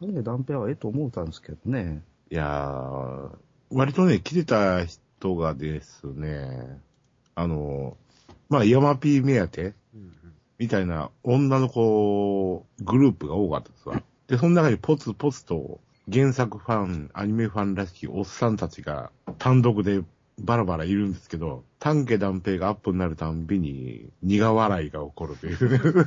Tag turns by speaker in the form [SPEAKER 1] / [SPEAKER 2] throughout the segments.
[SPEAKER 1] ね、断片はええと思うたんですけどね。
[SPEAKER 2] いやー、割とね、来てた人がですね、あの、まあ、ヤマピー目当てみたいな女の子グループが多かったですわ。で、その中にポツポツと原作ファン、アニメファンらしきおっさんたちが単独でバラバラいるんですけど、丹家断平がアップになるたんびに苦笑いが起こるというね。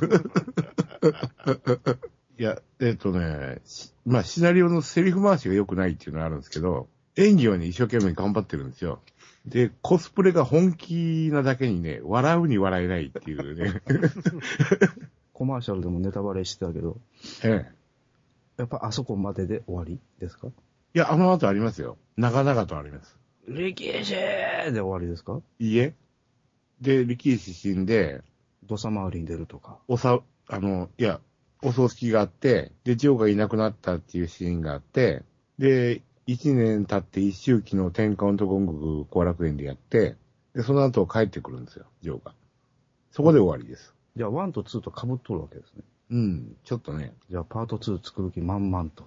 [SPEAKER 2] いや、えっ、とね、しまあシナリオのセリフ回しが良くないっていうのはあるんですけど、演技はね、一生懸命頑張ってるんですよ。で、コスプレが本気なだけにね、笑うに笑えないっていうね。
[SPEAKER 1] コマーシャルでもネタバレしてたけど、
[SPEAKER 2] ええ
[SPEAKER 1] やっぱあそこまでで終わりですか
[SPEAKER 2] いや、あの後ありますよ。長々とあります。
[SPEAKER 1] 力士で終わりですか
[SPEAKER 2] いいえ。で、力士死んで、
[SPEAKER 1] 土佐回りに出るとか。
[SPEAKER 2] おさ、あの、いや、お葬式があって、で、ジョーがいなくなったっていうシーンがあって、で、一年経って一周期の天下音とゴング後楽園でやって、で、その後帰ってくるんですよ、ジョーが。そこで終わりです。
[SPEAKER 1] じゃあ、1と2と被っとるわけですね。
[SPEAKER 2] うん、ちょっとね、
[SPEAKER 1] じゃあ、パート2作る気満々と。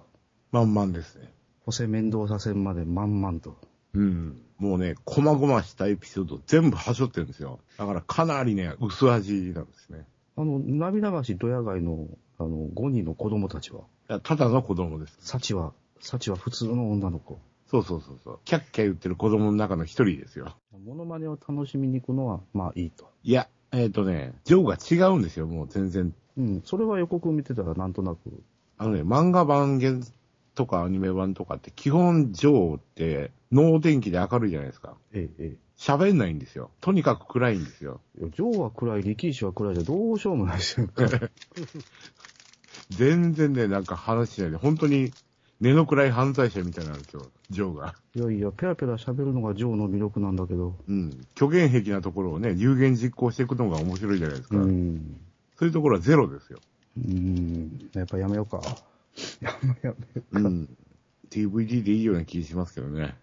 [SPEAKER 2] 満々ですね。
[SPEAKER 1] 補正面倒させんまで満々と。
[SPEAKER 2] うん。もうね、細々したエピソード全部端折ってるんですよ。だからかなりね、薄味なんですね。
[SPEAKER 1] あの、涙橋ドヤ街の、あの、5人の子供たちは、
[SPEAKER 2] いやただの子供です。
[SPEAKER 1] 幸は、幸は普通の女の子。
[SPEAKER 2] そうそうそうそう。キャッキャ言ってる子供の中の一人ですよ。
[SPEAKER 1] モノマネを楽しみに行くのは、まあいいと。
[SPEAKER 2] いや、えっ、とね、ジョーが違うんですよ、もう全然。
[SPEAKER 1] うん、それは予告見てたらなんとなく。
[SPEAKER 2] あのね、漫画版現とかアニメ版とかって基本ジョーって脳天気で明るいじゃないですか。
[SPEAKER 1] ええ、え
[SPEAKER 2] 喋んないんですよ。とにかく暗いんですよ。
[SPEAKER 1] え。ジョーは暗い、力士は暗いじゃどうしようもないですよ。
[SPEAKER 2] 全然ね、なんか話しないで、本当に根の暗い犯罪者みたいなんですよ、ジョーが。
[SPEAKER 1] いやいや、ペラペラ喋るのがジョーの魅力なんだけど。
[SPEAKER 2] うん。虚言癖なところをね、有言実行していくのが面白いじゃないです
[SPEAKER 1] う
[SPEAKER 2] か。
[SPEAKER 1] ん。
[SPEAKER 2] そういうところはゼロですよ。
[SPEAKER 1] うん。やっぱやめよう か。やめやめ。
[SPEAKER 2] うん。DVD でいいような気しますけどね。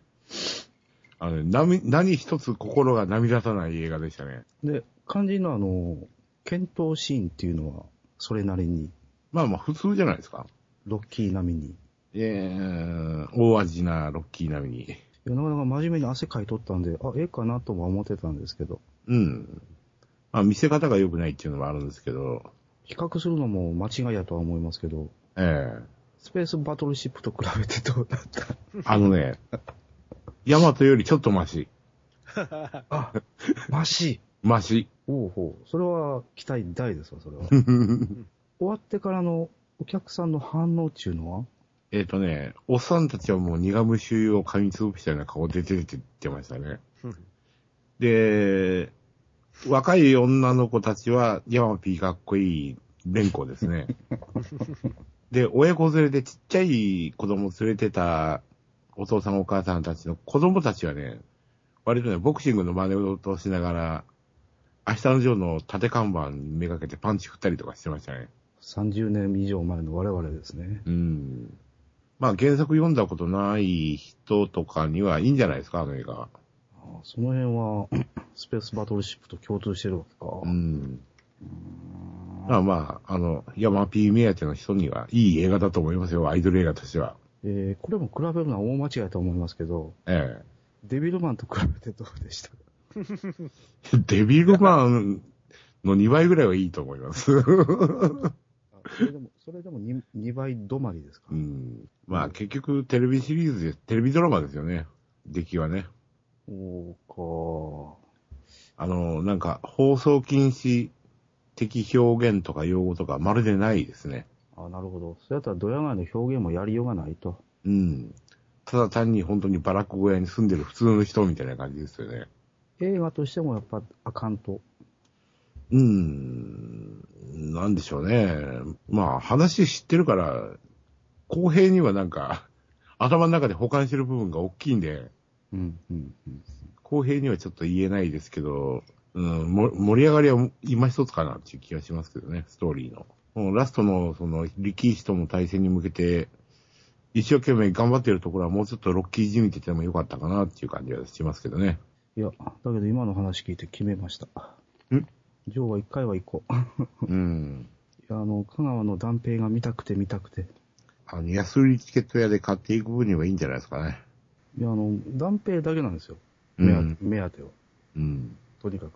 [SPEAKER 2] あのね、なみ、何一つ心が波立たない映画でしたね。
[SPEAKER 1] で、肝心のあの、検討シーンっていうのは、それなりに、
[SPEAKER 2] まあまあ普通じゃないですか。
[SPEAKER 1] ロッキー並みに。い
[SPEAKER 2] えー、大味なロッキー並みに。
[SPEAKER 1] や、なかなか真面目に汗かいとったんで、あ、ええかなとは思ってたんですけど、
[SPEAKER 2] うん。まあ見せ方が良くないっていうのもあるんですけど、
[SPEAKER 1] 比較するのも間違いやとは思いますけど、
[SPEAKER 2] ええ
[SPEAKER 1] スペースバトルシップと比べてどうだった
[SPEAKER 2] あの ね、ヤマトよりちょっとマシ。
[SPEAKER 1] あ、マシ
[SPEAKER 2] マシ。
[SPEAKER 1] おうほう。それは期待大ですわ、それは。終わってからのお客さんの反応っていうのは
[SPEAKER 2] えっ、とね、おっさんたちはもう苦虫を噛みつぶしたような顔で出てってましたね。で、若い女の子たちは、ヤマピーかっこいい連子ですね。で、親子連れでちっちゃい子供連れてたお父さんお母さんたちの子供たちはね、割とね、ボクシングの真似事をしながら、明日のジョーの縦看板めがけてパンチ振ったりとかしてましたね。
[SPEAKER 1] 30年以上前の我々ですね。
[SPEAKER 2] うん。まあ原作読んだことない人とかにはいいんじゃないですか、あの映画。
[SPEAKER 1] あその辺は、 スペースバトルシップと共通してるわけか。
[SPEAKER 2] うん。まあまあ、あの、ヤマピー目当ての人にはいい映画だと思いますよ、アイドル映画としては。
[SPEAKER 1] えー、これも比べるのは大間違いだと思いますけど、
[SPEAKER 2] え
[SPEAKER 1] デビルマンと比べてどうでした
[SPEAKER 2] え。 デビルマンの2倍ぐらいはいいと思います。
[SPEAKER 1] あそれでも、それでも 2, 2倍止まりですか、
[SPEAKER 2] うん。まあ結局テレビシリーズで、テレビドラマですよね。出来はね。
[SPEAKER 1] そう
[SPEAKER 2] あの、なんか放送禁止的表現とか用語とかまるでないですね。
[SPEAKER 1] か。あなるほど。それだったらドヤ顔の表現もやりようがないと。
[SPEAKER 2] うん。ただ単に本当にバラック小屋に住んでる普通の人みたいな感じですよね。
[SPEAKER 1] 映画としてもやっぱあかんと。
[SPEAKER 2] うーん。なんでしょうね。まあ話知ってるから、公平にはなんか、頭の中で保管してる部分が大きいんで、
[SPEAKER 1] うん、うん、うん。
[SPEAKER 2] 公平にはちょっと言えないですけど、うん、も盛り上がりは今一つかなっていう気がしますけどね、ストーリーの。もうラストの、その、力士との対戦に向けて、一生懸命頑張ってるところはもうちょっとロッキーじみててもよかったかなっていう感じはしますけどね。
[SPEAKER 1] いや、だけど今の話聞いて決めました。
[SPEAKER 2] ん
[SPEAKER 1] ジョーは一回は行こう。
[SPEAKER 2] うん。
[SPEAKER 1] いや、あの、香川の断平が見たくて見たくて。
[SPEAKER 2] あの、安売りチケット屋で買っていく分にはいいんじゃないですかね。
[SPEAKER 1] いや、あの、断平だけなんですよ。
[SPEAKER 2] う
[SPEAKER 1] 目当
[SPEAKER 2] ん
[SPEAKER 1] て,、。目当ては。
[SPEAKER 2] うん。
[SPEAKER 1] とにかく。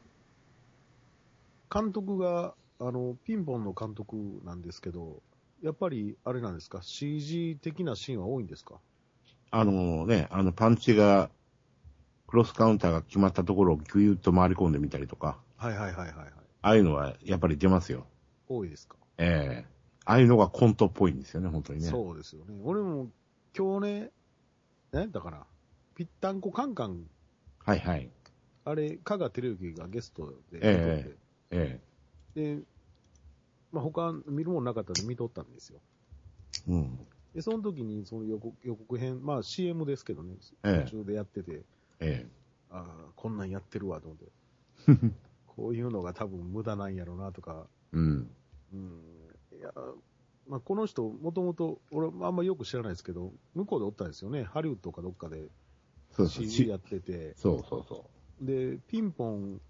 [SPEAKER 3] 監督が、あの、ピンポンの監督なんですけど、やっぱり、あれなんですか、CG 的なシーンは多いんですか
[SPEAKER 2] あのね、あの、パンチが、クロスカウンターが決まったところをぎゅーっと回り込んでみたりとか、
[SPEAKER 3] はいはいはいはいはい。
[SPEAKER 2] ああいうのはやっぱり出ますよ。
[SPEAKER 3] 多いですか、
[SPEAKER 2] ええああいうのがコントっぽいんですよね、本当にね。
[SPEAKER 3] そうですよね。俺も、今日ね、何やったかな、ぴったんこカンカン、
[SPEAKER 2] はいはい。
[SPEAKER 3] あれ、加賀照之がゲストで
[SPEAKER 2] え
[SPEAKER 3] 出
[SPEAKER 2] ええ
[SPEAKER 3] てて、で、まあ、他見るもんなかったんで見とったんですよ。
[SPEAKER 2] えうん。
[SPEAKER 3] で、その時にその予告予告編、まあ CM ですけどね、
[SPEAKER 2] ええ
[SPEAKER 3] 途中でやってて、
[SPEAKER 2] ええ
[SPEAKER 3] ああ、こんなんやってるわと思って、こういうのが多分無駄なんやろうなとか、
[SPEAKER 2] うん。
[SPEAKER 3] うん、いや、まあ、この人、もともと、俺、あんまよく知らないですけど、向こうでおったんですよね、ハリウッドかどっかで
[SPEAKER 2] そうそう。
[SPEAKER 3] CG
[SPEAKER 2] し
[SPEAKER 3] やってて、
[SPEAKER 2] そうそうそ
[SPEAKER 3] で、ピンポン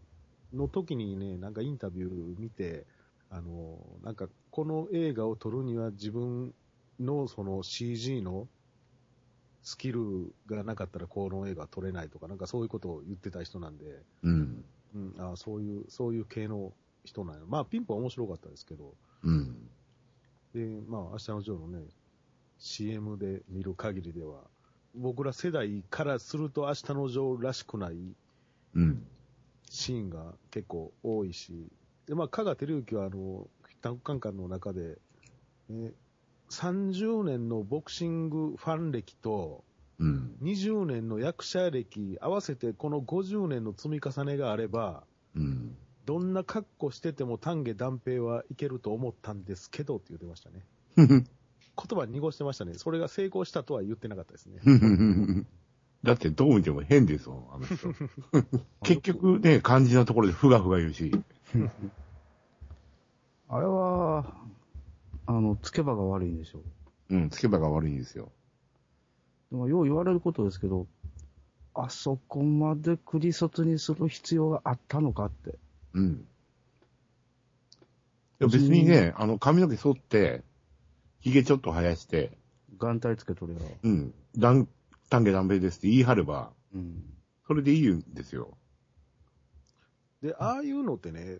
[SPEAKER 3] の時にね、なんかインタビュー見て、あの、なんか、この映画を撮るには自分のその CG のスキルがなかったらこの映画は撮れないとか、なんかそういうことを言ってた人なんで、
[SPEAKER 2] う。うん。
[SPEAKER 3] うん、あそういう、そういう系の人なんや。まあ、ピンポン面白かったですけど、
[SPEAKER 2] うん。
[SPEAKER 3] で、まあ、明日のジョーのね、CM で見る限りでは、僕ら世代からすると明日のジョーらしくない
[SPEAKER 2] うん。
[SPEAKER 3] シーンが結構多いし、で、まあ、加賀照之は、あの、短期間間の中で、ね、30年のボクシングファン歴と、
[SPEAKER 2] うん。
[SPEAKER 3] 20年の役者歴、合わせてこの50年の積み重ねがあれば、
[SPEAKER 2] うん。
[SPEAKER 3] どんな格好してても丹下断平はいけると思ったんですけどって言ってましたね。言葉濁してましたね。それが成功したとは言ってなかったですね。
[SPEAKER 2] だってどう見ても変ですもん、あの人。 結局ね、肝心なところでふがふが言うし。
[SPEAKER 1] あれは、あの、つけばが悪いんでしょう。
[SPEAKER 2] うん、つけばが悪いんですよ。
[SPEAKER 1] でも、よう言われることですけど、あそこまでクリソツにする必要があったのかって。
[SPEAKER 2] うん。いや別にね、あの、髪の毛剃って、髭ちょっと生やして、
[SPEAKER 1] 眼帯つけとりゃ。
[SPEAKER 2] うん、断、断下断平ですって言い張れば、
[SPEAKER 1] うん。
[SPEAKER 2] それでいいんです よ。
[SPEAKER 3] で、ああいうのってね、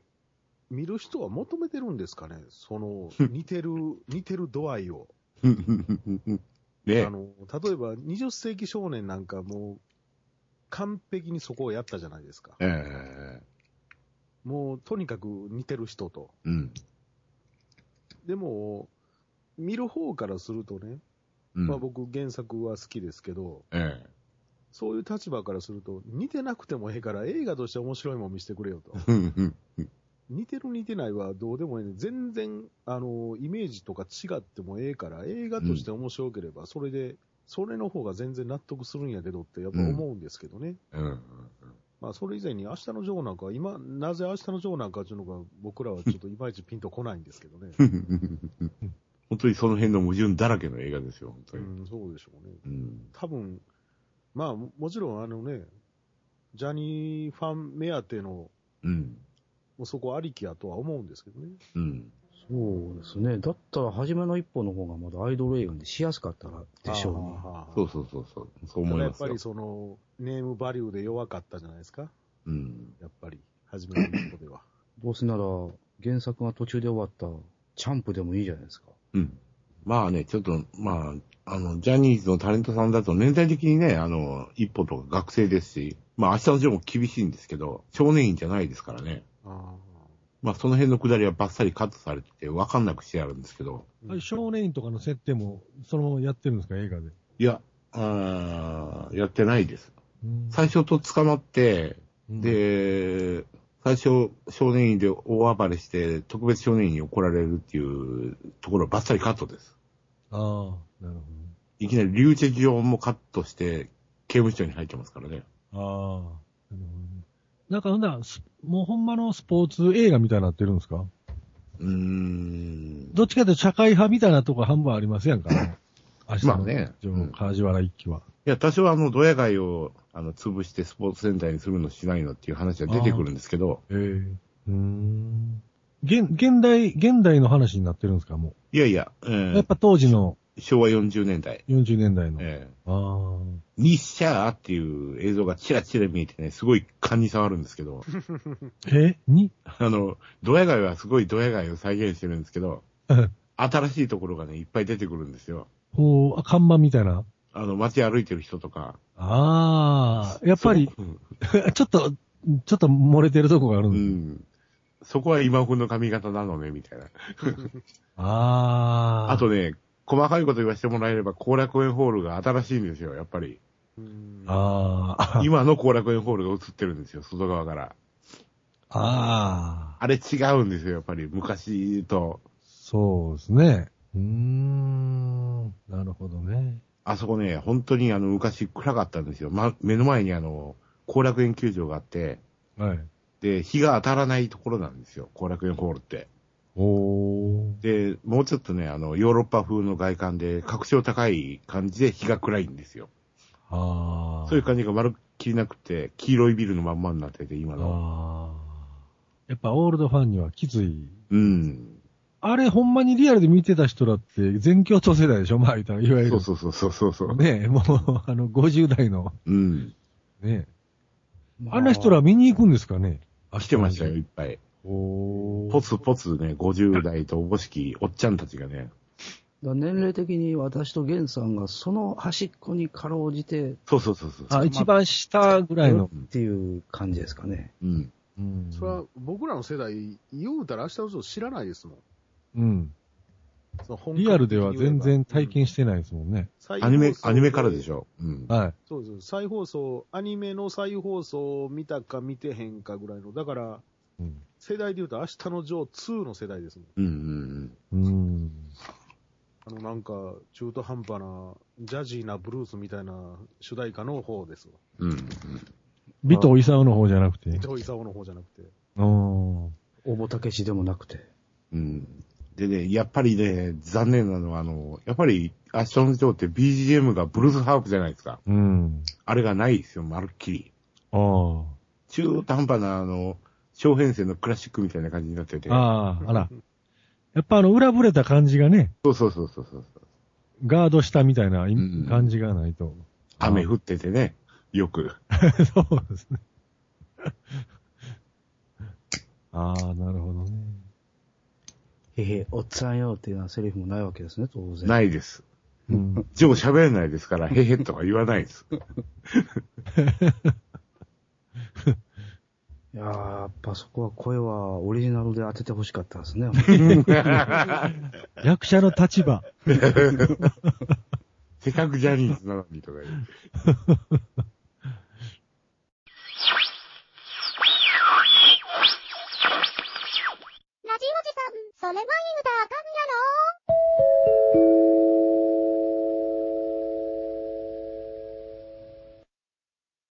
[SPEAKER 3] 見る人は求めてるんですかね。その、似てる、似てる度合いを。
[SPEAKER 2] ね
[SPEAKER 3] あの、例えば20世紀少年なんかもう、完璧にそこをやったじゃないですか。
[SPEAKER 2] ええ
[SPEAKER 3] もう、とにかく似てる人と。
[SPEAKER 2] うん、
[SPEAKER 3] でも、見る方からするとね、
[SPEAKER 2] うん。
[SPEAKER 3] まあ僕原作は好きですけど、
[SPEAKER 2] ええ
[SPEAKER 3] そういう立場からすると、似てなくてもええから映画として面白いもん見せてくれよ と。
[SPEAKER 2] うんうん
[SPEAKER 3] 似てる似てないはどうでもいいね。全然、あの、イメージとか違ってもええから、映画として面白ければ、それで、それの方が全然納得するんやけどってやっぱ思うんですけどね。
[SPEAKER 2] うんうん
[SPEAKER 3] まあ、それ以前に明日のジョーなんか、今、なぜ明日のジョーなんかっていうのが僕らはちょっといまいちピンとこないんですけどね。
[SPEAKER 2] 本当にその辺の矛盾だらけの映画ですよ、本当
[SPEAKER 3] う
[SPEAKER 2] に。
[SPEAKER 3] ん、そうでしょうね。
[SPEAKER 2] うん。
[SPEAKER 3] 多分、まあ、ももちろんあのね、ジャニーファン目当ての、も
[SPEAKER 2] うん。
[SPEAKER 3] うそこありきやとは思うんですけどね。
[SPEAKER 2] うん。
[SPEAKER 1] そうですね。だったら、初めの一歩の方がまだアイドル映画にしやすかったらでしょうね。
[SPEAKER 2] そうそうそうそう。そう
[SPEAKER 3] う
[SPEAKER 2] 思い
[SPEAKER 3] や
[SPEAKER 2] ま
[SPEAKER 3] っ
[SPEAKER 2] す
[SPEAKER 3] ぱ
[SPEAKER 2] よ
[SPEAKER 3] り。その、ネームバリューで弱かったじゃないですか。
[SPEAKER 2] うん。
[SPEAKER 3] やっぱり、初めの一歩で は。
[SPEAKER 1] どうせなら、原作が途中で終わった、チャンプでもいいじゃないですか。
[SPEAKER 2] うん。まあね、ちょっと、まあ、あの、ジャニーズのタレントさんだと年代的にね、あの、一歩とか学生ですし、まあ明日のジョーも厳しいんですけど、少年院じゃないですからね。
[SPEAKER 3] あ
[SPEAKER 2] まあその辺のくだりはバッサリカットされてて、わかんなくしてあるんですけど、
[SPEAKER 4] あれ少年院とかの設定も、そのままやってるんですか、映画で。
[SPEAKER 2] いや、あーやってないです。
[SPEAKER 4] うん
[SPEAKER 2] 最初と捕まって、、で、最初、少年院で大暴れして、特別少年院に怒られるっていうところはバッサリカットです。
[SPEAKER 4] ああ、なるほ
[SPEAKER 2] いきなり留置場もカットして、刑務所に入ってますからね。
[SPEAKER 4] ど。ああ、なるほどね。なんか、なんだ、スもうほんまのスポーツ映画みたいになってるんですか
[SPEAKER 2] うーん。
[SPEAKER 4] どっちかというと社会派みたいなとこ半分ありませんか明 日
[SPEAKER 2] まあ
[SPEAKER 4] の
[SPEAKER 2] ね
[SPEAKER 4] 自分、梶原一騎は。
[SPEAKER 2] いや、多少あの、ドヤ街を、あの、潰してスポーツセンターにするのしないのっていう話は出てくるんですけど、
[SPEAKER 4] ええうーん。現、現代、現代の話になってるんですか、も
[SPEAKER 2] いやいや、え
[SPEAKER 4] う。や
[SPEAKER 2] ー、
[SPEAKER 4] っぱ当時の
[SPEAKER 2] 昭和40年代。
[SPEAKER 4] 40年代の。
[SPEAKER 2] ええ
[SPEAKER 4] あ
[SPEAKER 2] ニッシャーっていう映像がチラチラ見えてね、すごい勘に触るんですけど、
[SPEAKER 4] あ。えに
[SPEAKER 2] あの、ドヤ街はすごいドヤ街を再現してるんですけど、新しいところがね、いっぱい出てくるんですよ。
[SPEAKER 4] こう、あ看板みたいな。
[SPEAKER 2] あの、街歩いてる人とか。
[SPEAKER 4] ああ、やっぱり、
[SPEAKER 2] そううん
[SPEAKER 4] ちょっと、ちょっと漏れてるとこがあるん
[SPEAKER 2] う
[SPEAKER 4] だ。
[SPEAKER 2] ん。そこは今風の髪型なのね、みたいな。
[SPEAKER 4] ああ。
[SPEAKER 2] あとね、細かいこと言わせてもらえれば、後楽園ホールが新しいんですよ、やっぱり。
[SPEAKER 3] うん
[SPEAKER 4] ああ。
[SPEAKER 2] 今の後楽園ホールが映ってるんですよ、外側から。
[SPEAKER 4] ああ。
[SPEAKER 2] あれ違うんですよ、やっぱり。昔と。
[SPEAKER 4] そうですね。うーん。なるほどね。
[SPEAKER 2] あそこね、本当にあの、昔暗かったんですよ。ま、目の前にあの、後楽園球場があって、
[SPEAKER 4] はい。
[SPEAKER 2] で、日が当たらないところなんですよ、後楽園ホールって。
[SPEAKER 4] おー。
[SPEAKER 2] で、もうちょっとね、あの、ヨーロッパ風の外観で、格調高い感じで日が暗いんですよ。
[SPEAKER 4] ああ。
[SPEAKER 2] そういう感じがまるっきりなくて、黄色いビルのまんまになってて、今の。
[SPEAKER 4] ああ。やっぱオールドファンにはきつい。
[SPEAKER 2] うん。
[SPEAKER 4] あれ、ほんまにリアルで見てた人だって、全共闘世代でしょまあ言ったら、いわゆる。
[SPEAKER 2] そうそうそうそうそう。
[SPEAKER 4] ねえ、もう、あの、50代の、
[SPEAKER 2] うん。
[SPEAKER 4] ねえ。
[SPEAKER 1] ま
[SPEAKER 4] あんな人ら見に行くんですかね
[SPEAKER 2] 来てましたよ、いっぱい。
[SPEAKER 4] おー。
[SPEAKER 2] ポツポツね、50代とおぼしきおっちゃんたちがね。
[SPEAKER 1] だ年齢的に私と源さんがその端っこにかろうじて
[SPEAKER 2] そうそうそうそう。
[SPEAKER 4] あ、一番下ぐらいの。
[SPEAKER 1] っていう感じですかね。
[SPEAKER 2] うん。
[SPEAKER 4] うん
[SPEAKER 3] それは僕らの世代、言うたら明日の人知らないですもん。
[SPEAKER 4] うん。
[SPEAKER 3] その本格的に
[SPEAKER 4] リアルでは全然体験して
[SPEAKER 3] ない。
[SPEAKER 4] ないですもんね。
[SPEAKER 2] アニメ、アニメから
[SPEAKER 3] しょ
[SPEAKER 2] でしょ。うん。
[SPEAKER 4] はい。
[SPEAKER 3] そうです。再放送、アニメの再放送を見たか見てへんかぐらいの、だから、
[SPEAKER 4] うん。
[SPEAKER 3] 世代で言うと明日のジョー2の世代ですもん。
[SPEAKER 2] うんうん
[SPEAKER 4] うん。
[SPEAKER 3] あの、なんか、中途半端な、ジャジーなブルースみたいな主題歌の方ですわ。
[SPEAKER 2] うん。うんうん。
[SPEAKER 4] 尾藤勲の方じゃなくて。
[SPEAKER 3] 伊藤勲の方じゃなくて。
[SPEAKER 4] うん。
[SPEAKER 1] 大ぼたけしでもなくて。
[SPEAKER 2] うん。でね、やっぱりね、残念なのは、あの、やっぱり、アッション上って BGM がブルースハープじゃないですか。
[SPEAKER 4] うん。
[SPEAKER 2] あれがないですよ、まるっきり。
[SPEAKER 4] ああ。
[SPEAKER 2] 中途半端な、あの、小編成のクラシックみたいな感じになってて。
[SPEAKER 4] ああ、あら。やっぱあの、裏ぶれた感じがね、
[SPEAKER 2] そうそうそうそうそう。
[SPEAKER 4] ガードしたみたいなイ
[SPEAKER 2] うん
[SPEAKER 4] 感じがないと。
[SPEAKER 2] 雨降っててね、よく。
[SPEAKER 4] そうです ね。ああ、なるほどね。
[SPEAKER 1] へへ、おっさんよっていうようなセリフもないわけですね、当然。
[SPEAKER 2] ないです。
[SPEAKER 4] うん。
[SPEAKER 2] ジョー喋れないですから、へへとか言わないです。
[SPEAKER 1] いやーやっぱそこは声はオリジナルで当ててほしかったですね。
[SPEAKER 4] 役者の立場。
[SPEAKER 2] せっかくジャニーズなのにとか言う。
[SPEAKER 5] ラジオジさん、それは言うたらあかんやろ